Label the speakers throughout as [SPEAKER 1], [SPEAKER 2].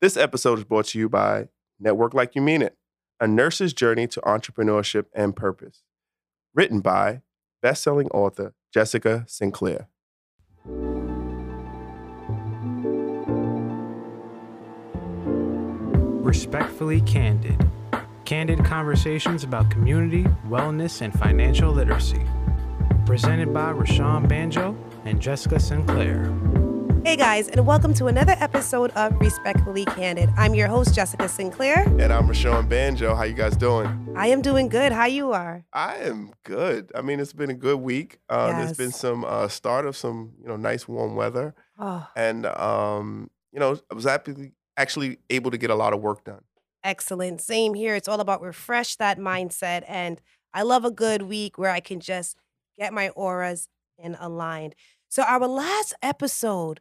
[SPEAKER 1] This episode is brought to you by Network Like You Mean It, a nurse's journey to entrepreneurship and purpose. Written by best-selling author Jessica Sinclair.
[SPEAKER 2] Respectfully Candid. Candid conversations about community, wellness, and financial literacy. Presented by Rashawn Banjo and Jessica Sinclair.
[SPEAKER 3] Hey guys, and welcome to another episode of Respectfully Candid. I'm your host, Jessica Sinclair.
[SPEAKER 1] And I'm Rashawn Banjo. How you guys doing?
[SPEAKER 3] I am doing good. How you are?
[SPEAKER 1] I am good. I mean, it's been a good week. Uh, There's
[SPEAKER 3] Yes.
[SPEAKER 1] been some uh, start of some, you know, nice warm weather,
[SPEAKER 3] Oh,
[SPEAKER 1] and um, you know, I was happy, actually able to get a lot of work done.
[SPEAKER 3] excellent. Same here. It's all about refresh that mindset. And I love a good week where I can just get my auras and aligned. So our last episode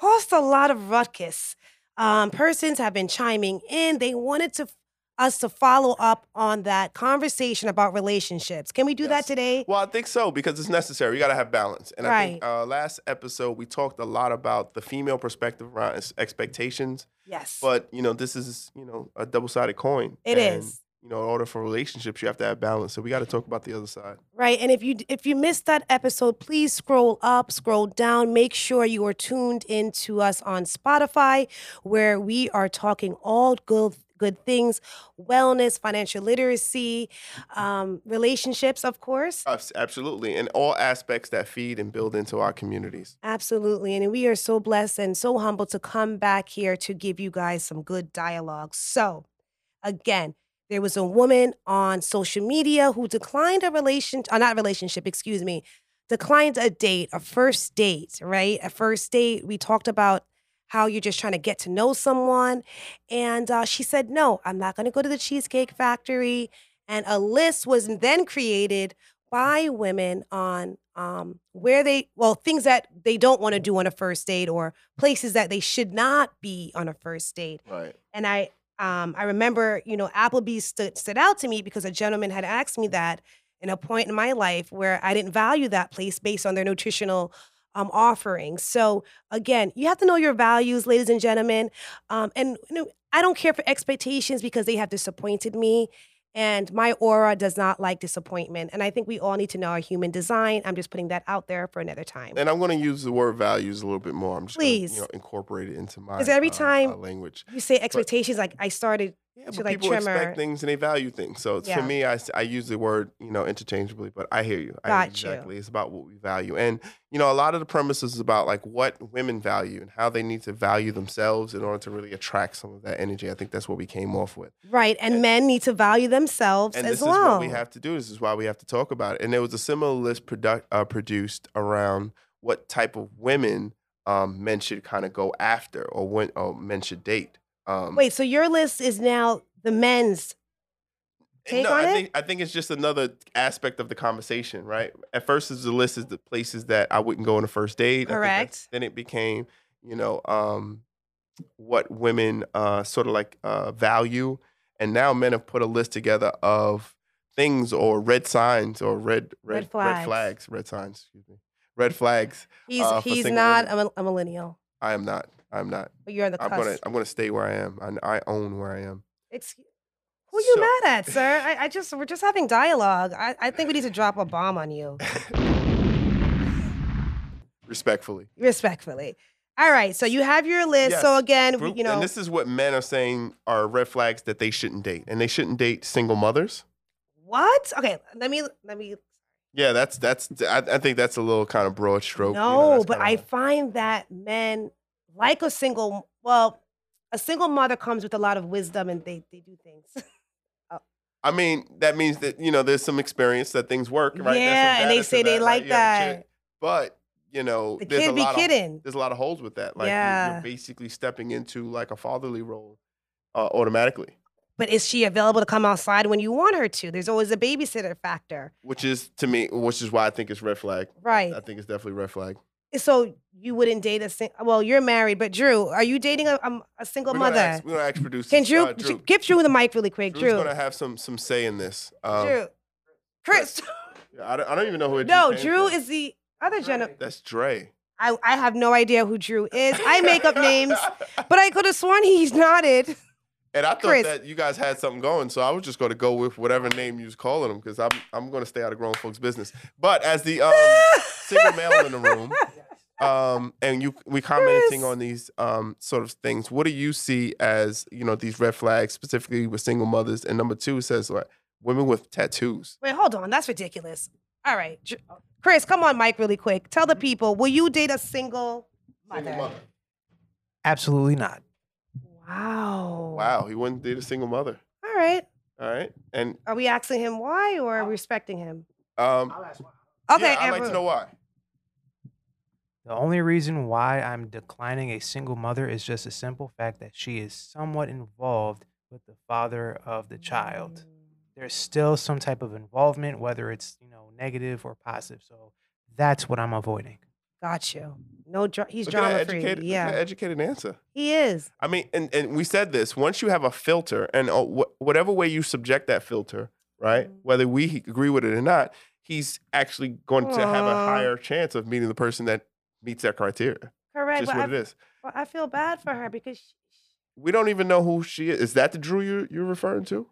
[SPEAKER 3] caused a lot of ruckus. Um, persons have been chiming in. They wanted to us to follow up on that conversation about relationships. Can we do
[SPEAKER 1] Yes.
[SPEAKER 3] that today?
[SPEAKER 1] Well, I think so because it's necessary. You got to have balance. And I think
[SPEAKER 3] Right.
[SPEAKER 1] uh, last episode we talked a lot about the female perspective around ex- expectations,
[SPEAKER 3] yes.
[SPEAKER 1] but you know, this is you know a double-sided coin.
[SPEAKER 3] It
[SPEAKER 1] It is.
[SPEAKER 3] is.
[SPEAKER 1] You know, in order for relationships, you have to have balance. So we got to talk about the other side.
[SPEAKER 3] Right, and if you if you missed that episode, please scroll up, scroll down. Make sure you are tuned in to us on Spotify, where we are talking all good good things, wellness, financial literacy, um, relationships, of course.
[SPEAKER 1] Abs- Absolutely, and all aspects that feed and build into our communities.
[SPEAKER 3] Absolutely, and we are so blessed and so humbled to come back here to give you guys some good dialogue. So, again. There was a woman on social media who declined a relation, uh, not relationship, excuse me, declined a date, a first date, right? A first date, we talked about how you're just trying to get to know someone. And uh, she said, no, I'm not going to go to the Cheesecake Factory. And a list was then created by women on um, where they, well, things that they don't want to do on a first date or places that they should not be on a first date
[SPEAKER 1] Right.
[SPEAKER 3] and I um, I remember you know Applebee's stood stood out to me because a gentleman had asked me that in a point in my life where I didn't value that place based on their nutritional um, offerings. So again, you have to know your values, ladies and gentlemen. Um, and you know, I don't care for expectations because they have disappointed me. And my aura does not like disappointment. And I think we all need to know our human design. I'm just putting that out there for another time.
[SPEAKER 1] And I'm going to use the word values a little bit more. I'm just gonna,
[SPEAKER 3] Please.
[SPEAKER 1] you know, incorporate it into my
[SPEAKER 3] 'Cause every
[SPEAKER 1] uh, uh,
[SPEAKER 3] time-
[SPEAKER 1] language.
[SPEAKER 3] You say expectations, like I started.
[SPEAKER 1] Yeah,
[SPEAKER 3] to,
[SPEAKER 1] but
[SPEAKER 3] like,
[SPEAKER 1] people
[SPEAKER 3] trimmer.
[SPEAKER 1] expect things and they value things. So it's- for
[SPEAKER 3] Yeah.
[SPEAKER 1] me, I, s- I use the word you know interchangeably, but I hear you. I
[SPEAKER 3] Got you.
[SPEAKER 1] exactly. It's about what we value, and you know a lot of the premises is about like what women value and how they need to value themselves in order to really attract some of that energy. I think that's what we came off with,
[SPEAKER 3] Right, and men need to value themselves
[SPEAKER 1] and
[SPEAKER 3] as
[SPEAKER 1] this
[SPEAKER 3] well.
[SPEAKER 1] is what we have to do. This is why we have to talk about it. And there was a similar list produ- uh, produced around what type of women um, men should kind of go after or when or men should date. Um,
[SPEAKER 3] Wait, so your list is now the men's. take
[SPEAKER 1] no,
[SPEAKER 3] on
[SPEAKER 1] I
[SPEAKER 3] it?
[SPEAKER 1] think I think it's just another aspect of the conversation, right? At first, is the list is the places that I wouldn't go on a first date. I think that's-
[SPEAKER 3] Correct.
[SPEAKER 1] Then it became, you know, um, what women uh, sort of like uh, value, and now men have put a list together of things or red signs or red red
[SPEAKER 3] Red
[SPEAKER 1] red flags,
[SPEAKER 3] flags.
[SPEAKER 1] red signs. Excuse me, red flags.
[SPEAKER 3] He's
[SPEAKER 1] Uh, for
[SPEAKER 3] he's
[SPEAKER 1] single
[SPEAKER 3] not a, mil- a millennial,
[SPEAKER 1] I am not. I'm not.
[SPEAKER 3] but you're on the
[SPEAKER 1] I'm
[SPEAKER 3] cusp.
[SPEAKER 1] gonna. I'm gonna stay where I am. I, I own where I am.
[SPEAKER 3] Excuse- who you
[SPEAKER 1] So-
[SPEAKER 3] mad at, sir? I, I just we're just having dialogue. I, I think we need to drop a bomb on you,
[SPEAKER 1] Respectfully.
[SPEAKER 3] respectfully. All right, so you have your list. So
[SPEAKER 1] Yes,
[SPEAKER 3] again, we
[SPEAKER 1] Group-
[SPEAKER 3] you know,
[SPEAKER 1] and this is what men are saying are red flags that they shouldn't date, and they shouldn't date single mothers.
[SPEAKER 3] what? Okay, let me let me.
[SPEAKER 1] Yeah, that's that's. I, I think that's a little kind of broad stroke. you know,
[SPEAKER 3] no,
[SPEAKER 1] that's
[SPEAKER 3] but I
[SPEAKER 1] kinda-
[SPEAKER 3] find that men like a single. Well, a single mother comes with a lot of wisdom, and they they do things.
[SPEAKER 1] I mean, that means that you know there's some experience that things work, right? There's some
[SPEAKER 3] Yeah, and they
[SPEAKER 1] data to
[SPEAKER 3] say they
[SPEAKER 1] right?
[SPEAKER 3] like
[SPEAKER 1] You have a
[SPEAKER 3] that.
[SPEAKER 1] chick, But you know,
[SPEAKER 3] The
[SPEAKER 1] there's a
[SPEAKER 3] kid be
[SPEAKER 1] lot Of,
[SPEAKER 3] kidding.
[SPEAKER 1] there's a lot of holes with that. Like you-
[SPEAKER 3] Yeah.
[SPEAKER 1] you're basically stepping into like a fatherly role uh, automatically,
[SPEAKER 3] But is she available to come outside when you want her to? There's always a babysitter factor.
[SPEAKER 1] which is to me, which is why I think it's red flag.
[SPEAKER 3] Right.
[SPEAKER 1] I think it's definitely red flag.
[SPEAKER 3] So you wouldn't date a single, well, you're married, but Drew, are you dating a, um, a single
[SPEAKER 1] we're
[SPEAKER 3] mother?
[SPEAKER 1] Gonna ask, we're gonna ask producers.
[SPEAKER 3] Can Drew,
[SPEAKER 1] uh, Drew,
[SPEAKER 3] give Drew the mic really quick?
[SPEAKER 1] Drew's
[SPEAKER 3] Drew.
[SPEAKER 1] gonna have some some say in this. Um,
[SPEAKER 3] Drew. Chris.
[SPEAKER 1] Yeah, I don't, I don't even know who. it
[SPEAKER 3] no,
[SPEAKER 1] came
[SPEAKER 3] Drew
[SPEAKER 1] from.
[SPEAKER 3] is the other gentleman.
[SPEAKER 1] That's Dre.
[SPEAKER 3] I, I have no idea who Drew is. I make up names, but I could have sworn he nodded.
[SPEAKER 1] And I thought
[SPEAKER 3] Chris.
[SPEAKER 1] that you guys had something going, so I was just going to go with whatever name you was calling them because I'm I'm going to stay out of grown folks' business. But as the um, single male in the room, um, and you we commenting
[SPEAKER 3] Chris.
[SPEAKER 1] on these um, sort of things, what do you see as you know these red flags specifically with single mothers? And number two it says like women with tattoos.
[SPEAKER 3] Wait, hold on. That's ridiculous. All right. Dr- Chris, come on, Mike, really quick. Tell the people, will you date a single mother?
[SPEAKER 1] Single mother.
[SPEAKER 2] Absolutely not.
[SPEAKER 3] Wow.
[SPEAKER 1] Wow, he wouldn't date a single mother.
[SPEAKER 3] All right.
[SPEAKER 1] All right, and
[SPEAKER 3] Are we asking him why or are we respecting him?
[SPEAKER 1] um,
[SPEAKER 3] Okay,
[SPEAKER 1] yeah, I'd like
[SPEAKER 3] Amber.
[SPEAKER 1] to know why.
[SPEAKER 2] The only reason why I'm declining a single mother is just a simple fact that she is somewhat involved with the father of the child. There's still some type of involvement, whether it's you know negative or positive. So that's what I'm avoiding.
[SPEAKER 3] Got you. No, dra- he's
[SPEAKER 1] Look at
[SPEAKER 3] drama
[SPEAKER 1] that
[SPEAKER 3] free.
[SPEAKER 1] educated, look at
[SPEAKER 3] Yeah,
[SPEAKER 1] that educated answer.
[SPEAKER 3] he is.
[SPEAKER 1] I mean, and, and we said this once you have a filter, and uh, wh- whatever way you subject that filter, right,
[SPEAKER 3] Mhm.
[SPEAKER 1] whether we agree with it or not, he's actually going to have a
[SPEAKER 3] Aw.
[SPEAKER 1] higher chance of meeting the person that meets that criteria.
[SPEAKER 3] Correct.
[SPEAKER 1] just
[SPEAKER 3] but
[SPEAKER 1] what
[SPEAKER 3] I,
[SPEAKER 1] it is.
[SPEAKER 3] well, I feel bad for her because she,
[SPEAKER 1] We don't even know who she is. Is that the Drew you're, you're referring to?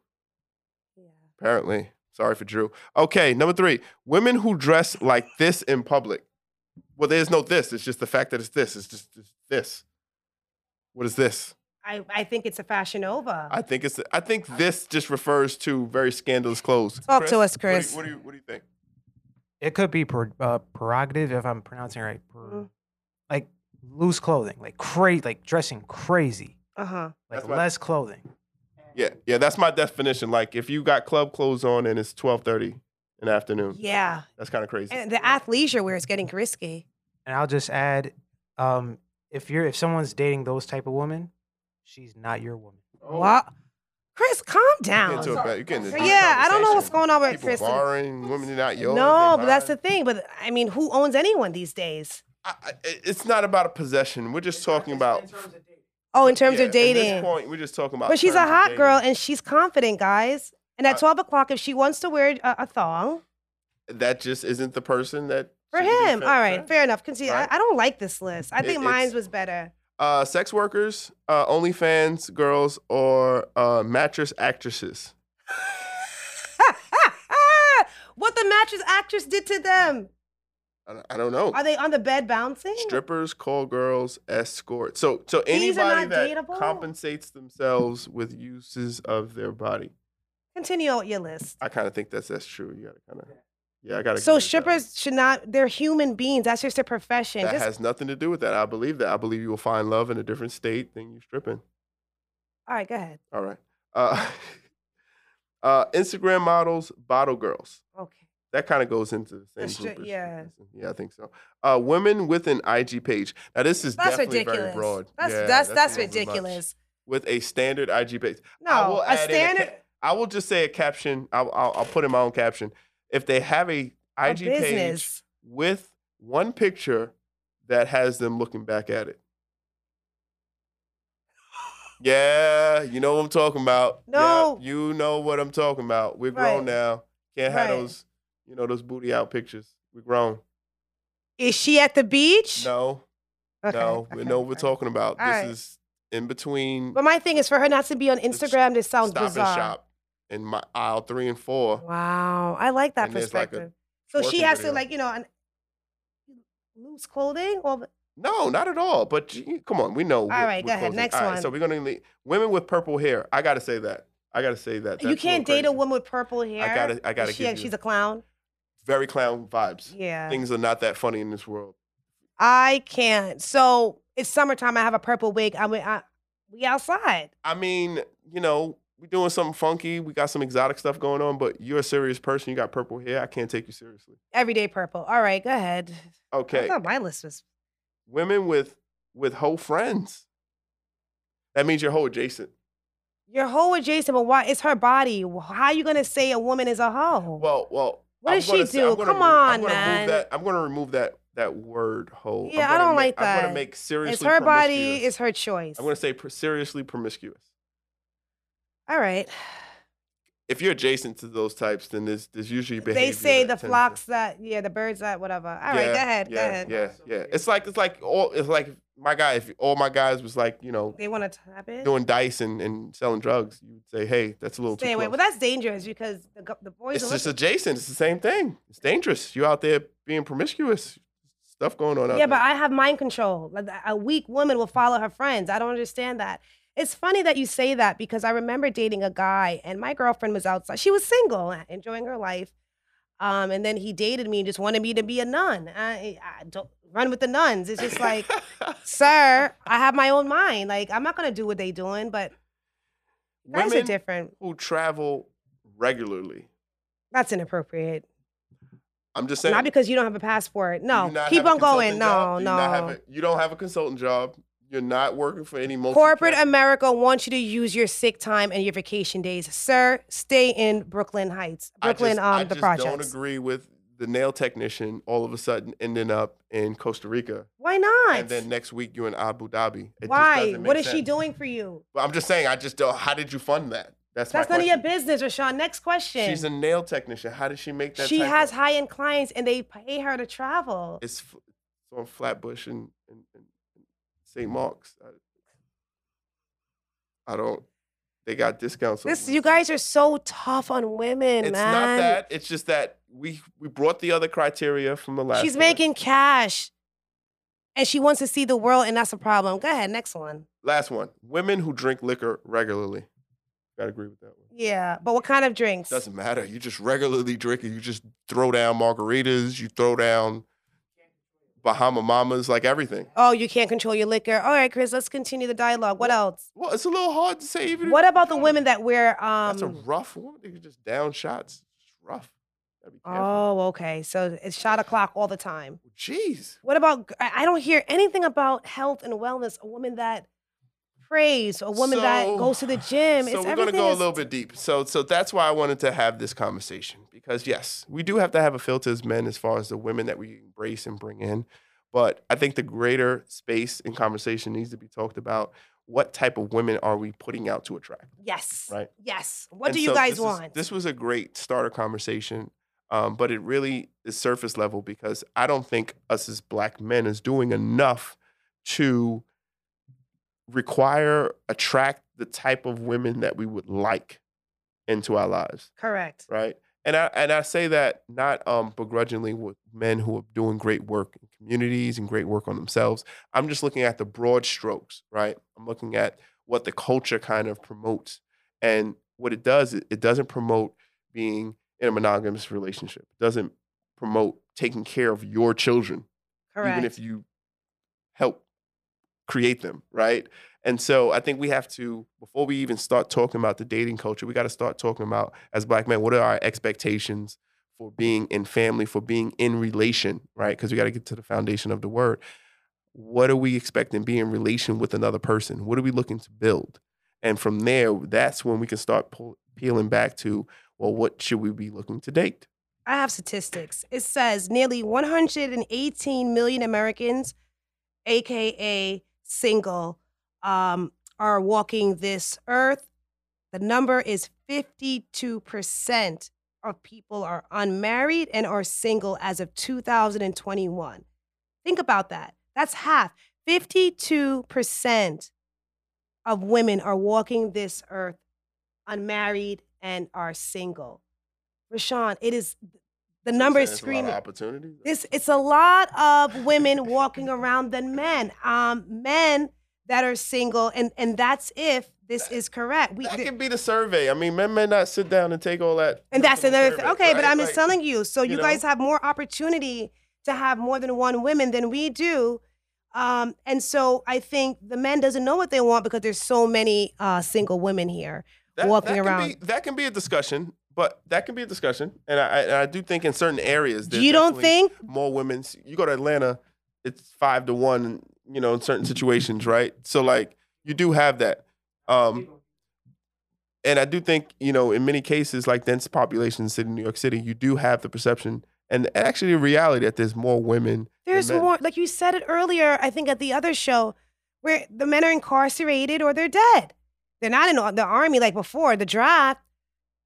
[SPEAKER 3] yeah.
[SPEAKER 1] Apparently. Sorry for Drew. Okay, number three women who dress like this in public. Well, there's no this. It's just the fact that it's this. It's just it's this. What is this?
[SPEAKER 3] I, I think it's a fashion over.
[SPEAKER 1] I think it's. I think this just refers to very scandalous clothes.
[SPEAKER 3] Talk to us, Chris.
[SPEAKER 1] What do you, what do you, what do you think?
[SPEAKER 2] It could be per, uh, prerogative if I'm pronouncing it right. Per,
[SPEAKER 1] Mm.
[SPEAKER 3] Mhm.
[SPEAKER 2] Like loose clothing, like cra- like dressing crazy,
[SPEAKER 3] uh huh.
[SPEAKER 2] like
[SPEAKER 1] That's what-
[SPEAKER 2] less clothing.
[SPEAKER 1] Yeah, yeah. That's my definition. Like, if you got club clothes on and it's twelve thirty in the afternoon,
[SPEAKER 3] Yeah.
[SPEAKER 1] that's kind of crazy.
[SPEAKER 3] And the athleisure wear is getting risky.
[SPEAKER 2] And I'll just add, um, if you're if someone's dating those type of women, she's not your woman.
[SPEAKER 1] Oh,
[SPEAKER 3] Wow. Chris, calm
[SPEAKER 1] you
[SPEAKER 3] down.
[SPEAKER 1] get into a bad- you get into a deep
[SPEAKER 3] Yeah, I don't know what's
[SPEAKER 1] conversation.
[SPEAKER 3] going on with
[SPEAKER 1] People
[SPEAKER 3] Chris.
[SPEAKER 1] borrowing women are not yours.
[SPEAKER 3] No, but that's the thing. But I mean, who owns anyone these days?
[SPEAKER 1] it's not about a possession. We're just talking about
[SPEAKER 3] Oh, in terms
[SPEAKER 1] yeah,
[SPEAKER 3] of
[SPEAKER 1] At this
[SPEAKER 3] dating.
[SPEAKER 1] point, we're just talking about.
[SPEAKER 3] But she's a
[SPEAKER 1] terms of
[SPEAKER 3] hot
[SPEAKER 1] dating.
[SPEAKER 3] girl and she's confident, guys. And at
[SPEAKER 1] I-
[SPEAKER 3] 12 o'clock, if she wants to wear a, a thong
[SPEAKER 1] That just isn't the person that
[SPEAKER 3] for
[SPEAKER 1] should be
[SPEAKER 3] him,
[SPEAKER 1] fit-
[SPEAKER 3] all right, fair enough. Continue.
[SPEAKER 1] Right.
[SPEAKER 3] I, I don't like this list. I
[SPEAKER 1] It-
[SPEAKER 3] think
[SPEAKER 1] it's-
[SPEAKER 3] mine was better.
[SPEAKER 1] uh, sex workers, uh, OnlyFans girls, or uh, mattress actresses.
[SPEAKER 3] what the mattress actress did to them.
[SPEAKER 1] I don't- I don't know.
[SPEAKER 3] Are they on the bed bouncing?
[SPEAKER 1] Strippers, call girls, escorts. So, so
[SPEAKER 3] These are
[SPEAKER 1] anybody that
[SPEAKER 3] not dateable?
[SPEAKER 1] compensates themselves with uses of their body.
[SPEAKER 3] Continue with your list.
[SPEAKER 1] I kind of think that's that's true. You gotta kind of, yeah, I gotta.
[SPEAKER 3] So
[SPEAKER 1] give it to them.
[SPEAKER 3] strippers should not, they're human beings. That's just their profession.
[SPEAKER 1] That
[SPEAKER 3] Just-
[SPEAKER 1] has nothing to do with that. I believe that. I believe you will find love in a different state than you stripping.
[SPEAKER 3] all right, go ahead.
[SPEAKER 1] All right. Uh, uh, Instagram models, bottle girls.
[SPEAKER 3] Okay.
[SPEAKER 1] that kind of goes into the same
[SPEAKER 3] The stri-
[SPEAKER 1] group. as-
[SPEAKER 3] yeah.
[SPEAKER 1] yeah, I think so. Uh, women with an IG page. Now this is
[SPEAKER 3] That's
[SPEAKER 1] definitely
[SPEAKER 3] ridiculous.
[SPEAKER 1] very broad.
[SPEAKER 3] That's
[SPEAKER 1] Yeah,
[SPEAKER 3] that's
[SPEAKER 1] a
[SPEAKER 3] that's
[SPEAKER 1] little bit much.
[SPEAKER 3] ridiculous.
[SPEAKER 1] With a standard IG page. I
[SPEAKER 3] No,
[SPEAKER 1] will
[SPEAKER 3] a
[SPEAKER 1] add in
[SPEAKER 3] standard
[SPEAKER 1] ca- I will just say a caption. I'll, I'll, I'll put in my own caption. If they have a
[SPEAKER 3] a
[SPEAKER 1] IG page
[SPEAKER 3] business.
[SPEAKER 1] with one picture that has them looking back at it. Yeah, you know what I'm talking about. Yeah,
[SPEAKER 3] No.
[SPEAKER 1] you know what I'm talking about. We're
[SPEAKER 3] Right.
[SPEAKER 1] grown now. Can't have
[SPEAKER 3] Right.
[SPEAKER 1] those, you know, those booty out pictures. We're grown.
[SPEAKER 3] Is she at the beach?
[SPEAKER 1] No, no, we know what we're talking about.
[SPEAKER 3] All
[SPEAKER 1] this
[SPEAKER 3] right.
[SPEAKER 1] is in between
[SPEAKER 3] But my thing is for her not to be on
[SPEAKER 1] It's
[SPEAKER 3] Instagram. This sounds
[SPEAKER 1] stop
[SPEAKER 3] bizarre.
[SPEAKER 1] and shop in my aisle three and four.
[SPEAKER 3] Wow, I like that
[SPEAKER 1] And there's like a
[SPEAKER 3] perspective. so she
[SPEAKER 1] twerking
[SPEAKER 3] has to
[SPEAKER 1] video.
[SPEAKER 3] like you know an, loose clothing. Well,
[SPEAKER 1] No, not at all. But gee, come on, we know. All
[SPEAKER 3] right, go ahead. Next one.
[SPEAKER 1] so we're gonna leave. women with purple hair. I gotta say that. I gotta say that.
[SPEAKER 3] you
[SPEAKER 1] That's
[SPEAKER 3] can't
[SPEAKER 1] little
[SPEAKER 3] date a
[SPEAKER 1] crazy.
[SPEAKER 3] woman with purple hair.
[SPEAKER 1] gotta- I
[SPEAKER 3] Is
[SPEAKER 1] gotta
[SPEAKER 3] She,
[SPEAKER 1] give you-
[SPEAKER 3] she's a clown.
[SPEAKER 1] Very clown vibes.
[SPEAKER 3] Yeah,
[SPEAKER 1] Things are not that funny in this world.
[SPEAKER 3] I can't. So it's summertime. I have a purple wig. I'm I, we outside.
[SPEAKER 1] I mean, you know, we're doing something funky. We got some exotic stuff going on. But you're a serious person. You got purple hair. I can't take you seriously.
[SPEAKER 3] Everyday purple. All right, go ahead. I
[SPEAKER 1] Okay.
[SPEAKER 3] thought my list was
[SPEAKER 1] Women with with whole friends. That means you're whole adjacent.
[SPEAKER 3] Your hoe adjacent, but why? It's her body. How you gonna say a woman is a hoe?
[SPEAKER 1] Well, well.
[SPEAKER 3] What
[SPEAKER 1] I'm
[SPEAKER 3] does she
[SPEAKER 1] gonna say- I'm
[SPEAKER 3] do?
[SPEAKER 1] gonna
[SPEAKER 3] Come
[SPEAKER 1] move- I'm
[SPEAKER 3] on,
[SPEAKER 1] gonna move
[SPEAKER 3] man.
[SPEAKER 1] that- I'm going to remove that that word whole.
[SPEAKER 3] Yeah, I don't like
[SPEAKER 1] I'm going
[SPEAKER 3] that.
[SPEAKER 1] to make seriously.
[SPEAKER 3] it's her body.
[SPEAKER 1] promiscuous.
[SPEAKER 3] It's her choice.
[SPEAKER 1] I'm going to say per- seriously promiscuous.
[SPEAKER 3] All right.
[SPEAKER 1] if you're adjacent to those types, then there's there's usually behavior.
[SPEAKER 3] They say
[SPEAKER 1] that
[SPEAKER 3] the
[SPEAKER 1] tends to-
[SPEAKER 3] flocks that, yeah, the birds that, whatever. All right,
[SPEAKER 1] yeah,
[SPEAKER 3] go ahead,
[SPEAKER 1] yeah,
[SPEAKER 3] go ahead.
[SPEAKER 1] Yeah, yeah. It's like it's like all it's like my guy. If all my guys was like you know
[SPEAKER 3] They want to tap it.
[SPEAKER 1] doing dice and, and selling drugs, you'd say, hey, that's a little
[SPEAKER 3] Stay
[SPEAKER 1] too
[SPEAKER 3] away.
[SPEAKER 1] close.
[SPEAKER 3] Well, that's dangerous because the, go- the boys
[SPEAKER 1] it's
[SPEAKER 3] are
[SPEAKER 1] just
[SPEAKER 3] looking.
[SPEAKER 1] adjacent. It's the same thing. It's dangerous. You out there being promiscuous. Stuff going on out
[SPEAKER 3] yeah,
[SPEAKER 1] there.
[SPEAKER 3] but I have mind control. Like, a- A weak woman will follow her friends. I don't understand that. It's funny that you say that because I remember dating a guy and my girlfriend was outside. She was single, uh, enjoying her life. Um, and then he dated me and just wanted me to be a nun. I, I don't run with the nuns. It's just like, sir, I have my own mind. Like, I'm not gonna do what they doing, but guys are
[SPEAKER 1] women
[SPEAKER 3] different.
[SPEAKER 1] who travel regularly.
[SPEAKER 3] That's inappropriate.
[SPEAKER 1] I'm just saying.
[SPEAKER 3] Not because you don't have a passport.
[SPEAKER 1] do you
[SPEAKER 3] No,
[SPEAKER 1] not
[SPEAKER 3] keep
[SPEAKER 1] have a
[SPEAKER 3] on going.
[SPEAKER 1] consulting job? Do
[SPEAKER 3] No,
[SPEAKER 1] you
[SPEAKER 3] no.
[SPEAKER 1] not have a- you don't have a consultant job. You're not working for any multi-
[SPEAKER 3] Corporate America wants you to use your sick time and your vacation days. Sir, stay in Brooklyn Heights,
[SPEAKER 1] I
[SPEAKER 3] Brooklyn,
[SPEAKER 1] just,
[SPEAKER 3] um,
[SPEAKER 1] I
[SPEAKER 3] the
[SPEAKER 1] just don't
[SPEAKER 3] projects.
[SPEAKER 1] agree with the nail technician all of a sudden ending up in Costa Rica,
[SPEAKER 3] Why not?
[SPEAKER 1] and then next week you're in Abu Dhabi. It just
[SPEAKER 3] Why?
[SPEAKER 1] doesn't make
[SPEAKER 3] What is she
[SPEAKER 1] sense.
[SPEAKER 3] doing for you?
[SPEAKER 1] But I'm just saying. I just don't. How did you fund that? That's
[SPEAKER 3] That's
[SPEAKER 1] my
[SPEAKER 3] none of your
[SPEAKER 1] question.
[SPEAKER 3] business, Rashawn. Next question.
[SPEAKER 1] She's a nail technician. How did she make that?
[SPEAKER 3] she
[SPEAKER 1] type
[SPEAKER 3] has
[SPEAKER 1] of-
[SPEAKER 3] high end clients and they pay her to travel.
[SPEAKER 1] It's, f- it's on Flatbush and, and, and St. Mark's. I, I don't. They got discounts. on
[SPEAKER 3] This,
[SPEAKER 1] those.
[SPEAKER 3] you guys are so tough on women,
[SPEAKER 1] It's
[SPEAKER 3] man.
[SPEAKER 1] not that. It's just that we we brought the other criteria from the last.
[SPEAKER 3] She's
[SPEAKER 1] one.
[SPEAKER 3] making cash and she wants to see the world, and that's a problem. Go ahead, next one.
[SPEAKER 1] Last one. Women who drink liquor regularly. Gotta agree with that one.
[SPEAKER 3] Yeah, but what kind of drinks?
[SPEAKER 1] Doesn't matter. You just regularly drink it. You just throw down margaritas. You throw down Bahama Mamas, like everything.
[SPEAKER 3] Oh, you can't control your liquor. All right, Chris, let's continue the dialogue. What else?
[SPEAKER 1] Well, it's a little hard to say. Even if
[SPEAKER 3] What
[SPEAKER 1] you
[SPEAKER 3] about the
[SPEAKER 1] got it.
[SPEAKER 3] women that wear
[SPEAKER 1] That's a
[SPEAKER 3] um
[SPEAKER 1] rough woman. They can just down shots. It's rough. Gotta be careful.
[SPEAKER 3] Oh, okay. So it's shot o'clock all the time.
[SPEAKER 1] Jeez.
[SPEAKER 3] What about g- I I don't hear anything about health and wellness, a woman that prays, a woman that
[SPEAKER 1] So-
[SPEAKER 3] goes to the gym.
[SPEAKER 1] So
[SPEAKER 3] it's
[SPEAKER 1] we're gonna
[SPEAKER 3] everything
[SPEAKER 1] go a
[SPEAKER 3] is-
[SPEAKER 1] little bit deep. So so that's why I wanted to have this conversation because yes, we do have to have a filter as men as far as the women that we embrace and bring in, but I think the greater space and conversation needs to be talked about. What type of women are we putting out to attract?
[SPEAKER 3] Yes.
[SPEAKER 1] Right.
[SPEAKER 3] Yes. What
[SPEAKER 1] And
[SPEAKER 3] do you
[SPEAKER 1] so
[SPEAKER 3] guys
[SPEAKER 1] this is-
[SPEAKER 3] want?
[SPEAKER 1] this was a great starter conversation, um, but it really is surface level because I don't think us as black men is doing enough to require, attract the type of women that we would like into our lives,
[SPEAKER 3] Correct.
[SPEAKER 1] right? And I and I say that not um, begrudgingly with men who are doing great work in communities and great work on themselves. I'm just looking at the broad strokes, right? I'm looking at what the culture kind of promotes. And what it does, it, it doesn't promote being in a monogamous relationship. It doesn't promote taking care of your children,
[SPEAKER 3] Correct.
[SPEAKER 1] even if you help create them, right? And so I think we have to, before we even start talking about the dating culture, we got to start talking about, as black men, what are our expectations for being in family, for being in relation, right? Because we got to get to the foundation of the word. What are we expecting to be in relation with another person? What are we looking to build? And from there, that's when we can start pull, peeling back to, well, what should we be looking to date?
[SPEAKER 3] I have statistics. It says nearly 118 million Americans, aka single, um, are walking this earth. The number is 52% of people are unmarried and are single as of 2021. Think about that. That's half. 52% of women are walking this earth unmarried and are single. Rashawn, it is the number is screaming.
[SPEAKER 1] Opportunities.
[SPEAKER 3] This it's a lot of women walking around than men. Um, men that are single, and and that's if this is correct. We
[SPEAKER 1] that
[SPEAKER 3] th-
[SPEAKER 1] can be the survey. I mean, men may not sit down and take all that.
[SPEAKER 3] and that's
[SPEAKER 1] personal
[SPEAKER 3] another thing.
[SPEAKER 1] survey,
[SPEAKER 3] Okay, but
[SPEAKER 1] right?
[SPEAKER 3] I'm
[SPEAKER 1] Like,
[SPEAKER 3] just telling you. So you,
[SPEAKER 1] you
[SPEAKER 3] guys have more opportunity to have more than one woman than we do. Um, and so I think the men doesn't know what they want because there's so many uh, single women here. walking
[SPEAKER 1] that
[SPEAKER 3] around.
[SPEAKER 1] Can be, that can be a discussion, but that can be a discussion, and I, I- and I do think in certain areas. there's
[SPEAKER 3] You don't
[SPEAKER 1] definitely
[SPEAKER 3] think?
[SPEAKER 1] more women's? You go to Atlanta, it's five to one. You know, in certain situations, right? So like, you do have that. Um, and I do think you know, in many cases, like dense population in the city, of New York City, you do have the perception and actually the reality that there's more women. than
[SPEAKER 3] There's
[SPEAKER 1] men.
[SPEAKER 3] more, like you said it earlier, I think at the other show, where the men are incarcerated or they're dead. They're not in the army like before the draft.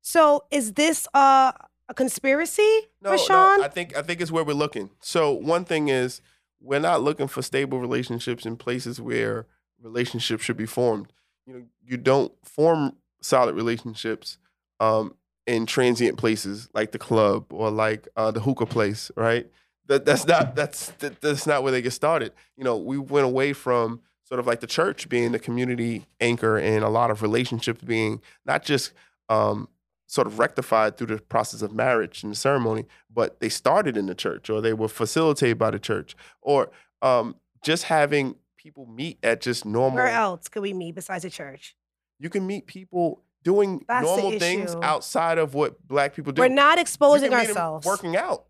[SPEAKER 3] So is this uh, a conspiracy,
[SPEAKER 1] No,
[SPEAKER 3] Rashawn?
[SPEAKER 1] no, I think I think it's where we're looking. So one thing is we're not looking for stable relationships in places where relationships should be formed. You know, you don't form solid relationships um, in transient places like the club or like uh, the hookah place, right? That that's not that's that, that's not where they get started. You know, we went away from sort of like the church being the community anchor and a lot of relationships being not just um, sort of rectified through the process of marriage and the ceremony, but they started in the church or they were facilitated by the church or um, just having people meet at just normal.
[SPEAKER 3] Where else could we meet besides a church?
[SPEAKER 1] You can meet people doing
[SPEAKER 3] That's the
[SPEAKER 1] normal things
[SPEAKER 3] issue.
[SPEAKER 1] outside of what black people do.
[SPEAKER 3] We're not
[SPEAKER 1] You
[SPEAKER 3] exposing
[SPEAKER 1] can meet 'em
[SPEAKER 3] ourselves
[SPEAKER 1] Working out.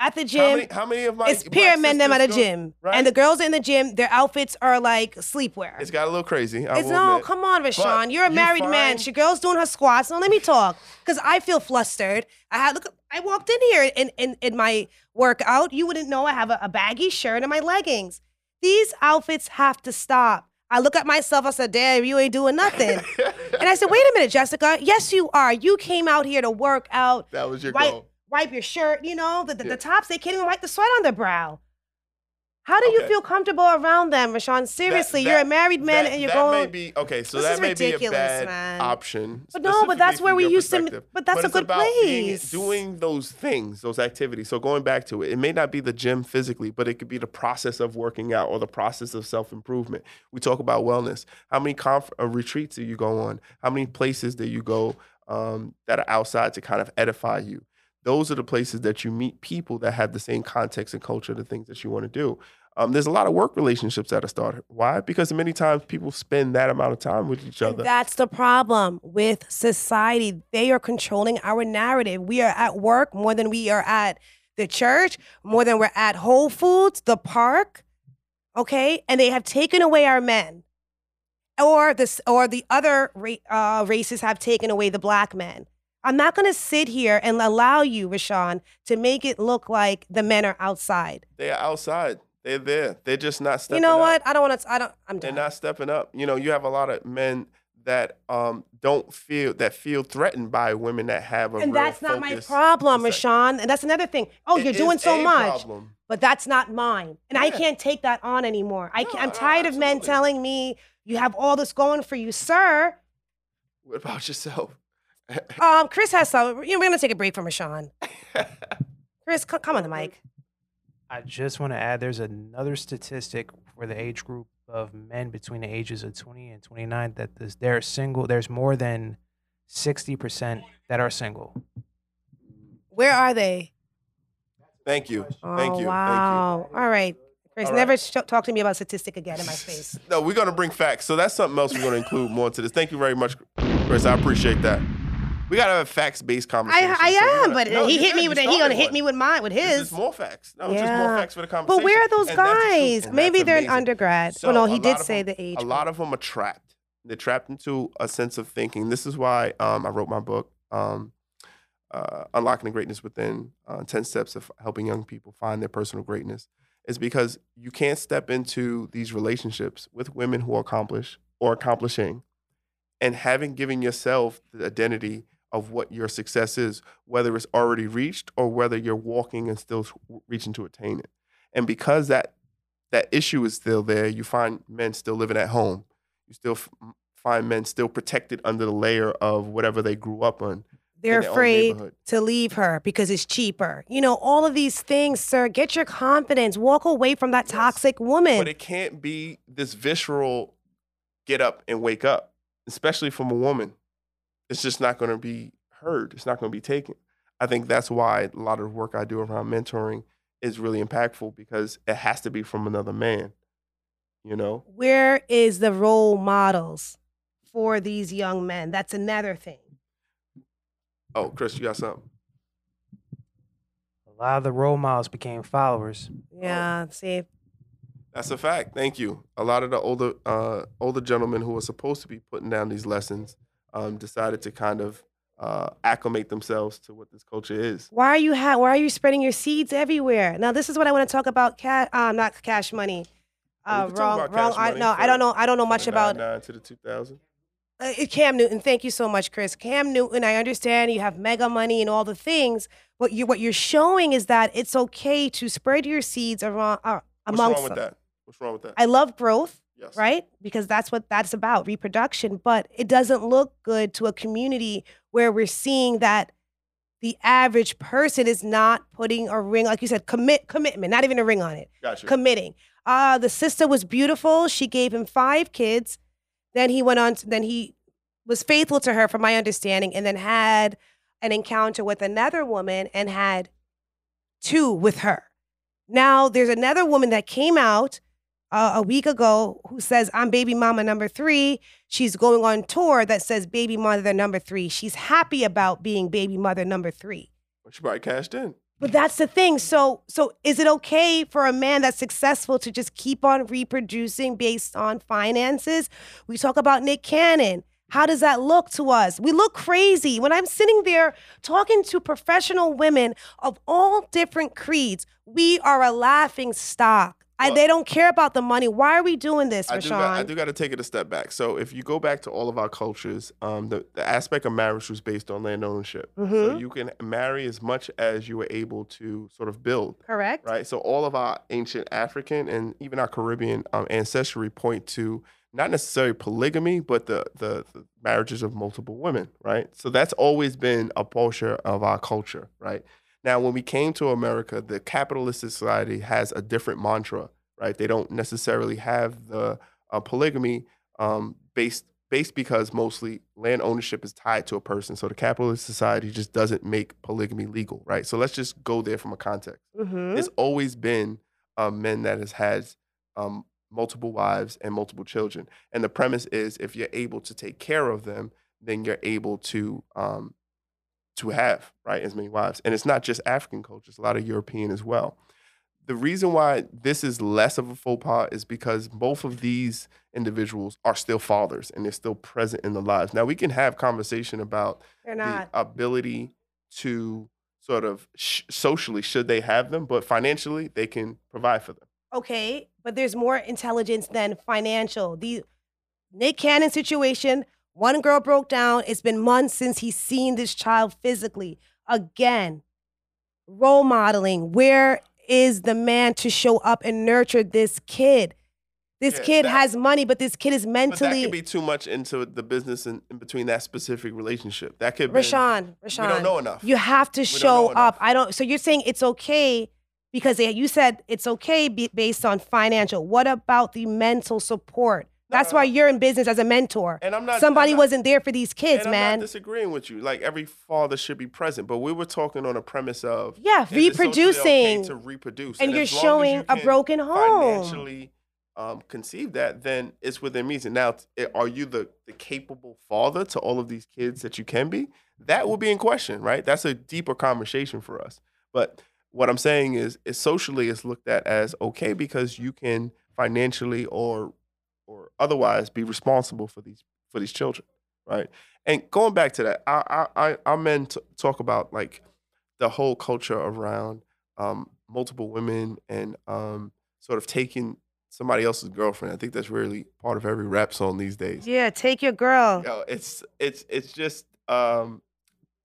[SPEAKER 3] at the
[SPEAKER 1] How
[SPEAKER 3] gym.
[SPEAKER 1] many, how many of my
[SPEAKER 3] it's
[SPEAKER 1] black
[SPEAKER 3] pyramid men them at
[SPEAKER 1] sisters
[SPEAKER 3] a
[SPEAKER 1] go-
[SPEAKER 3] gym,
[SPEAKER 1] right?
[SPEAKER 3] and the girls in the gym, their outfits are like sleepwear.
[SPEAKER 1] It's got a little crazy. I
[SPEAKER 3] It's
[SPEAKER 1] will
[SPEAKER 3] no,
[SPEAKER 1] admit.
[SPEAKER 3] come on, Rashawn. You're a
[SPEAKER 1] you
[SPEAKER 3] married man.
[SPEAKER 1] find-
[SPEAKER 3] She girl's doing her squats. Now let me talk, cause I feel flustered. I had look. I walked in here in in, in my workout. You wouldn't know I have a, a baggy shirt and my leggings. These outfits have to stop. I look at myself. I said, "Damn, you ain't doing nothing." and I said, "Wait a minute, Jessica. Yes, you are. You came out here to work out,
[SPEAKER 1] that was your
[SPEAKER 3] White-
[SPEAKER 1] goal.
[SPEAKER 3] wipe your shirt. You know the the,
[SPEAKER 1] Yeah.
[SPEAKER 3] the tops. They can't even wipe the sweat on their brow." How do you
[SPEAKER 1] Okay.
[SPEAKER 3] feel comfortable around them, Rashawn? Seriously, you're
[SPEAKER 1] that-
[SPEAKER 3] a married man
[SPEAKER 1] that,
[SPEAKER 3] and you're
[SPEAKER 1] that
[SPEAKER 3] going.
[SPEAKER 1] may be okay. So
[SPEAKER 3] This
[SPEAKER 1] that
[SPEAKER 3] is
[SPEAKER 1] may be a
[SPEAKER 3] ridiculous,
[SPEAKER 1] bad
[SPEAKER 3] man.
[SPEAKER 1] option.
[SPEAKER 3] But no, but that's
[SPEAKER 1] specifically
[SPEAKER 3] where
[SPEAKER 1] from
[SPEAKER 3] we
[SPEAKER 1] your
[SPEAKER 3] used to m-
[SPEAKER 1] perspective.
[SPEAKER 3] but that's a
[SPEAKER 1] it's
[SPEAKER 3] good
[SPEAKER 1] about being-
[SPEAKER 3] place.
[SPEAKER 1] doing those things, those activities. So going back to it, it may not be the gym physically, but it could be the process of working out or the process of self improvement. We talk about wellness. How many conf- uh, retreats do you go on? How many places do you go um, that are outside to kind of edify you? Those are the places that you meet people that have the same context and culture, the things that you want to do. Um, there's a lot of work relationships that are started. Why? Because many times people spend that amount of time with each
[SPEAKER 3] And
[SPEAKER 1] other.
[SPEAKER 3] That's the problem with society. They are controlling our narrative. We are at work more than we are at the church, more than we're at Whole Foods, the park, okay? And they have taken away our men. Or this or the other ra- uh, races have taken away the black men. I'm not going to sit here and allow you, Rashawn, to make it look like the men are outside.
[SPEAKER 1] They are outside. They're there. They're just not stepping
[SPEAKER 3] you know
[SPEAKER 1] up.
[SPEAKER 3] what? I don't want to I don't I'm
[SPEAKER 1] They're
[SPEAKER 3] done.
[SPEAKER 1] not stepping up. You know, you have a lot of men that um don't feel that feel threatened by women that have a
[SPEAKER 3] and
[SPEAKER 1] real
[SPEAKER 3] that's not my
[SPEAKER 1] focus.
[SPEAKER 3] problem,
[SPEAKER 1] It's like-
[SPEAKER 3] Rashawn. And that's another thing. Oh,
[SPEAKER 1] It
[SPEAKER 3] you're
[SPEAKER 1] is
[SPEAKER 3] doing so
[SPEAKER 1] a
[SPEAKER 3] much.
[SPEAKER 1] problem.
[SPEAKER 3] but that's not mine. And I
[SPEAKER 1] Yeah.
[SPEAKER 3] can't take that on anymore. I
[SPEAKER 1] No,
[SPEAKER 3] can, I'm
[SPEAKER 1] no,
[SPEAKER 3] tired of men
[SPEAKER 1] absolutely.
[SPEAKER 3] telling me you have all this going for you, sir.
[SPEAKER 1] What about yourself?
[SPEAKER 3] Um, Chris has some. You know, we're gonna take a break from Rashawn. Chris, c- come on the mic.
[SPEAKER 2] I just want to add there's another statistic for the age group of men between the ages of 20 and 29 that this, they're single. There's more than 60% that are single.
[SPEAKER 3] Where are they?
[SPEAKER 1] Thank you.
[SPEAKER 3] Oh,
[SPEAKER 1] Thank you.
[SPEAKER 3] Wow. All right, Chris.
[SPEAKER 1] All right.
[SPEAKER 3] Never sh- talk to me about statistic again in my
[SPEAKER 1] Thank you.
[SPEAKER 3] face.
[SPEAKER 1] No, we're gonna bring facts. So that's something else we're gonna include more into this. Thank you very much, Chris. I appreciate that. We gotta have a facts-based
[SPEAKER 3] I,
[SPEAKER 1] conversation.
[SPEAKER 3] I
[SPEAKER 1] So we're
[SPEAKER 3] am,
[SPEAKER 1] gonna-
[SPEAKER 3] but
[SPEAKER 1] No,
[SPEAKER 3] he
[SPEAKER 1] you
[SPEAKER 3] hit
[SPEAKER 1] did.
[SPEAKER 3] me
[SPEAKER 1] You
[SPEAKER 3] with it. He
[SPEAKER 1] started
[SPEAKER 3] gonna hit
[SPEAKER 1] one.
[SPEAKER 3] me with mine with
[SPEAKER 1] It's just
[SPEAKER 3] his.
[SPEAKER 1] more facts. No, it's just more
[SPEAKER 3] Yeah.
[SPEAKER 1] facts for the conversation.
[SPEAKER 3] But where are those
[SPEAKER 1] And that's the truth,
[SPEAKER 3] guys?
[SPEAKER 1] and
[SPEAKER 3] Maybe
[SPEAKER 1] that's
[SPEAKER 3] they're an
[SPEAKER 1] amazing.
[SPEAKER 3] undergrad.
[SPEAKER 1] So,
[SPEAKER 3] well,
[SPEAKER 1] a
[SPEAKER 3] no, he
[SPEAKER 1] lot
[SPEAKER 3] did
[SPEAKER 1] of
[SPEAKER 3] say
[SPEAKER 1] them-
[SPEAKER 3] the age.
[SPEAKER 1] A lot of them are trapped. They're trapped into a sense of thinking. This is why um, I wrote my book, um, uh, Unlocking the Greatness Within uh, 10 Steps of Helping Young People Find Their Personal Greatness, is because you can't step into these relationships with women who are accomplished or accomplishing and having given yourself the identity of what your success is, whether it's already reached or whether you're walking and still reaching to attain it. And because that that issue is still there. You find men still living at home. You still f- find men still protected under the layer of whatever they grew up on.
[SPEAKER 3] They're
[SPEAKER 1] in their own
[SPEAKER 3] afraid
[SPEAKER 1] neighborhood.
[SPEAKER 3] to leave her because it's cheaper. You know, all of these things, sir. Get your confidence. Walk away from that
[SPEAKER 1] Yes.
[SPEAKER 3] toxic woman.
[SPEAKER 1] But it can't be this visceral get up and wake up, especially from a woman. It's just not going to be heard. It's not going to be taken. I think that's why a lot of the work I do around mentoring is really impactful because it has to be from another man, you know?
[SPEAKER 3] Where is the role models for these young men? That's another thing.
[SPEAKER 1] Oh, Chris, you got something?
[SPEAKER 2] A lot of the role models became followers.
[SPEAKER 1] Oh.
[SPEAKER 3] Yeah, see,
[SPEAKER 1] That's a fact. Thank you. A lot of the older uh, older gentlemen who were supposed to be putting down these lessons um, decided to kind of uh, acclimate themselves to what this culture is.
[SPEAKER 3] why are you ha- why are you spreading your seeds everywhere? Now, this is what I want to talk about. Cat, um, not cash money.
[SPEAKER 1] Well,
[SPEAKER 3] Uh,
[SPEAKER 1] we can talk
[SPEAKER 3] wrong,
[SPEAKER 1] about
[SPEAKER 3] wrong.
[SPEAKER 1] Cash
[SPEAKER 3] I,
[SPEAKER 1] Money
[SPEAKER 3] no, I don't
[SPEAKER 1] for-
[SPEAKER 3] know. I don't know
[SPEAKER 1] From
[SPEAKER 3] much
[SPEAKER 1] the
[SPEAKER 3] about.
[SPEAKER 1] 99 to the 2000.
[SPEAKER 3] uh, Cam Newton, thank you so much, Chris. Cam Newton, I understand you have mega money and all the things. What you what you're showing is that it's okay to spread your seeds around uh,
[SPEAKER 1] What's
[SPEAKER 3] amongst
[SPEAKER 1] wrong with
[SPEAKER 3] them.
[SPEAKER 1] that? What's wrong with that?
[SPEAKER 3] I love growth,
[SPEAKER 1] yes.
[SPEAKER 3] right? Because that's what that's about, reproduction. But it doesn't look good to a community where we're seeing that the average person is not putting a ring, like you said, commit commitment, not even a ring on it
[SPEAKER 1] Gotcha.
[SPEAKER 3] committing. Uh, the sister was beautiful. She gave him five kids. Then he went on. To, then he was faithful to her, from my understanding, and then had an encounter with another woman and had two with her. Now there's another woman that came out uh, a week ago who says I'm baby mama number three. She's going on tour that says baby mother number three. She's happy about being baby mother number three.
[SPEAKER 1] she probably cashed in.
[SPEAKER 3] But that's the thing. So, so is it okay for a man that's successful to just keep on reproducing based on finances? We talk about Nick Cannon. How does that look to us? We look crazy when I'm sitting there talking to professional women of all different creeds. We are a laughing stock. I,
[SPEAKER 1] Well-
[SPEAKER 3] they don't care about the money. Why are we doing this,
[SPEAKER 1] I do, got, I
[SPEAKER 3] Rashawn?
[SPEAKER 1] do got to take it a step back. So if you go back to all of our cultures, um, the, the aspect of marriage was based on land ownership. So
[SPEAKER 3] Mhm.
[SPEAKER 1] you can marry as much as you were able to sort of build.
[SPEAKER 3] Correct.
[SPEAKER 1] right? So all of our ancient African and even our Caribbean um, ancestry point to not necessarily polygamy, but the, the the marriages of multiple women, right? So that's always been a culture of our culture, right? Now, when we came to America, the capitalist society has a different mantra, right? They don't necessarily have the uh, polygamy um, based based because mostly land ownership is tied to a person. So the capitalist society just doesn't make polygamy legal, right? So let's just go there from a context
[SPEAKER 3] Mm-hmm.
[SPEAKER 1] it's always been um, men that has had um, multiple wives and multiple children. And the premise is if you're able to take care of them, then you're able to um, to have right as many wives. And it's not just African cultures; a lot of European as well. The reason why this is less of a faux pas is because both of these individuals are still fathers and they're still present in the lives. Now we can have conversation about
[SPEAKER 3] They're not.
[SPEAKER 1] the ability to sort of sh- socially should they have them but financially they can provide for them
[SPEAKER 3] okay, but there's more intelligence than financial. The Nick Cannon situation, one girl broke down. It's been months since he's seen this child physically. Again, role modeling. Where is the man to show up and nurture this kid? This
[SPEAKER 1] Yeah,
[SPEAKER 3] kid
[SPEAKER 1] that-
[SPEAKER 3] has money, but this kid is
[SPEAKER 1] but that
[SPEAKER 3] mentally.
[SPEAKER 1] could be too much into the business in, in between that specific relationship that could be
[SPEAKER 3] Rashawn, Rashawn.
[SPEAKER 1] we don't know enough
[SPEAKER 3] You have to
[SPEAKER 1] don't
[SPEAKER 3] show
[SPEAKER 1] know enough.
[SPEAKER 3] up. I don't. So you're saying it's okay because they, you said it's okay be, based on financial. What about the mental support?
[SPEAKER 1] No,
[SPEAKER 3] That's
[SPEAKER 1] no,
[SPEAKER 3] why
[SPEAKER 1] no.
[SPEAKER 3] you're in business as a mentor.
[SPEAKER 1] and i'm not
[SPEAKER 3] Somebody
[SPEAKER 1] I'm not-
[SPEAKER 3] wasn't there for these kids,
[SPEAKER 1] and I'm
[SPEAKER 3] man.
[SPEAKER 1] not disagreeing with you. Like every father should be present, but we were talking on a premise of
[SPEAKER 3] yeah,
[SPEAKER 1] is it socially okay
[SPEAKER 3] reproducing,
[SPEAKER 1] to reproduce,
[SPEAKER 3] and you're
[SPEAKER 1] as long as
[SPEAKER 3] showing
[SPEAKER 1] you
[SPEAKER 3] a
[SPEAKER 1] can
[SPEAKER 3] broken home.
[SPEAKER 1] financially um, conceive that, then it's within reason. Now, t- i- are you the, the capable father to all of these kids that you can be? That will be in question, right? That's a deeper conversation for us. But what I'm saying is, is socially it's looked at as okay because you can financially or or otherwise be responsible for these for these children, right? And going back to that, I I I, I meant to talk about like the whole culture around um, multiple women and um, sort of taking somebody else's girlfriend. I think that's really part of every rap song these days.
[SPEAKER 3] Yeah, take your girl.
[SPEAKER 1] Yo, it's it's it's just um,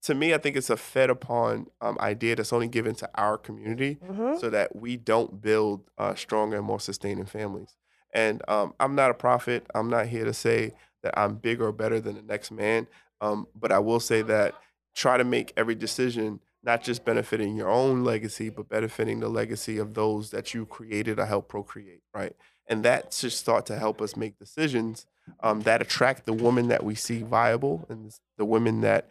[SPEAKER 1] to me, I think it's a fed upon um, idea that's only given to our community
[SPEAKER 3] Mhm.
[SPEAKER 1] so that we don't build uh, stronger and more sustaining families. And um, I'm not a prophet. I'm not here to say that I'm bigger or better than the next man. Um, but I will say that try to make every decision not just benefiting your own legacy, but benefiting the legacy of those that you created or helped procreate, right? And that should start to help us make decisions um, that attract the women that we see viable and the women that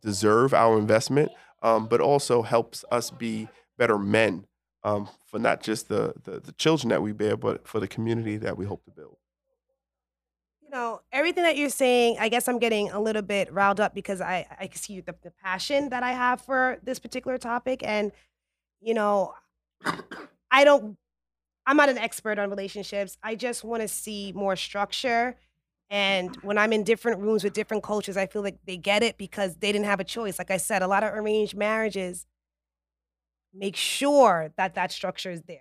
[SPEAKER 1] deserve our investment, um, but also helps us be better men um, for not just the, the the children that we bear, but for the community that we hope to build.
[SPEAKER 3] you know everything that you're saying i guess i'm getting a little bit riled up because i i can see the, the passion that i have for this particular topic and you know i don't i'm not an expert on relationships i just want to see more structure and when i'm in different rooms with different cultures i feel like they get it because they didn't have a choice like i said a lot of arranged marriages make sure that that structure is there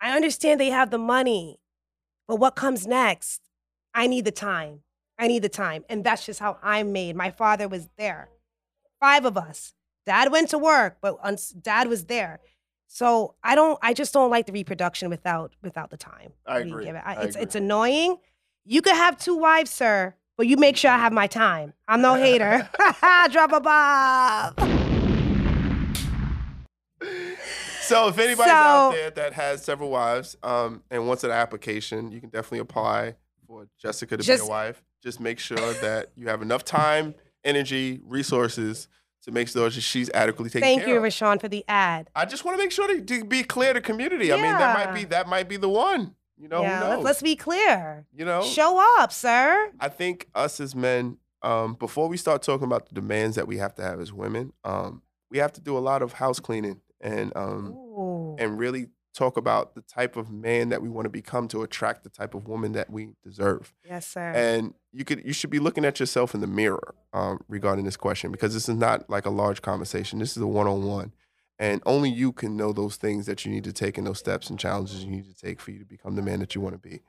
[SPEAKER 3] i understand they have the money but what comes next I need the time. I need the time. And that's just how I'm made. My father was there. Five of us. Dad went to work, but uns- dad was there. So I don't I just don't like the reproduction without without the time.
[SPEAKER 1] I
[SPEAKER 3] we
[SPEAKER 1] agree.
[SPEAKER 3] give it.
[SPEAKER 1] I
[SPEAKER 3] it's it's
[SPEAKER 1] agree.
[SPEAKER 3] annoying. You could have two wives, sir, but you make sure I have my time. I'm no hater. Drop a bomb.
[SPEAKER 1] So if anybody's out
[SPEAKER 3] So-
[SPEAKER 1] there that has several wives um, and wants an application, you can definitely apply for Jessica to be
[SPEAKER 3] Just-
[SPEAKER 1] a wife. Just make sure that you have enough time, energy, resources to make sure that she's adequately taken
[SPEAKER 3] Thank
[SPEAKER 1] care
[SPEAKER 3] you,
[SPEAKER 1] of.
[SPEAKER 3] Rashawn, for the ad.
[SPEAKER 1] I just want to make sure to, to be clear to community. I mean, that might
[SPEAKER 3] Yeah.
[SPEAKER 1] be that might be the one. You know,
[SPEAKER 3] yeah,
[SPEAKER 1] who
[SPEAKER 3] let's,
[SPEAKER 1] knows?
[SPEAKER 3] let's be clear.
[SPEAKER 1] you know,
[SPEAKER 3] Show up, sir.
[SPEAKER 1] I think us as men, um, before we start talking about the demands that we have to have as women, um, we have to do a lot of house cleaning and um,
[SPEAKER 3] Ooh.
[SPEAKER 1] and really talk about the type of man that we want to become to attract the type of woman that we deserve.
[SPEAKER 3] Yes, sir.
[SPEAKER 1] And you could you should be looking at yourself in the mirror um, regarding this question because this is not like a large conversation. This is a one on one, and only you can know those things that you need to take and those steps and challenges you need to take for you to become the man that you want to be.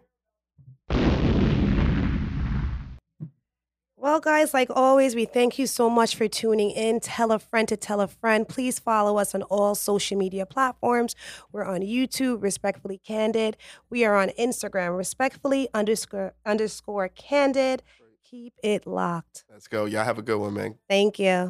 [SPEAKER 3] Well, guys, like always, we thank you so much for tuning in. Tell a friend to tell a friend. Please follow us on all social media platforms. We're on YouTube, Respectfully Candid. We are on Instagram, Respectfully underscore underscore Candid. Keep it locked.
[SPEAKER 1] Let's go. Y'all have a good one, man.
[SPEAKER 3] Thank you.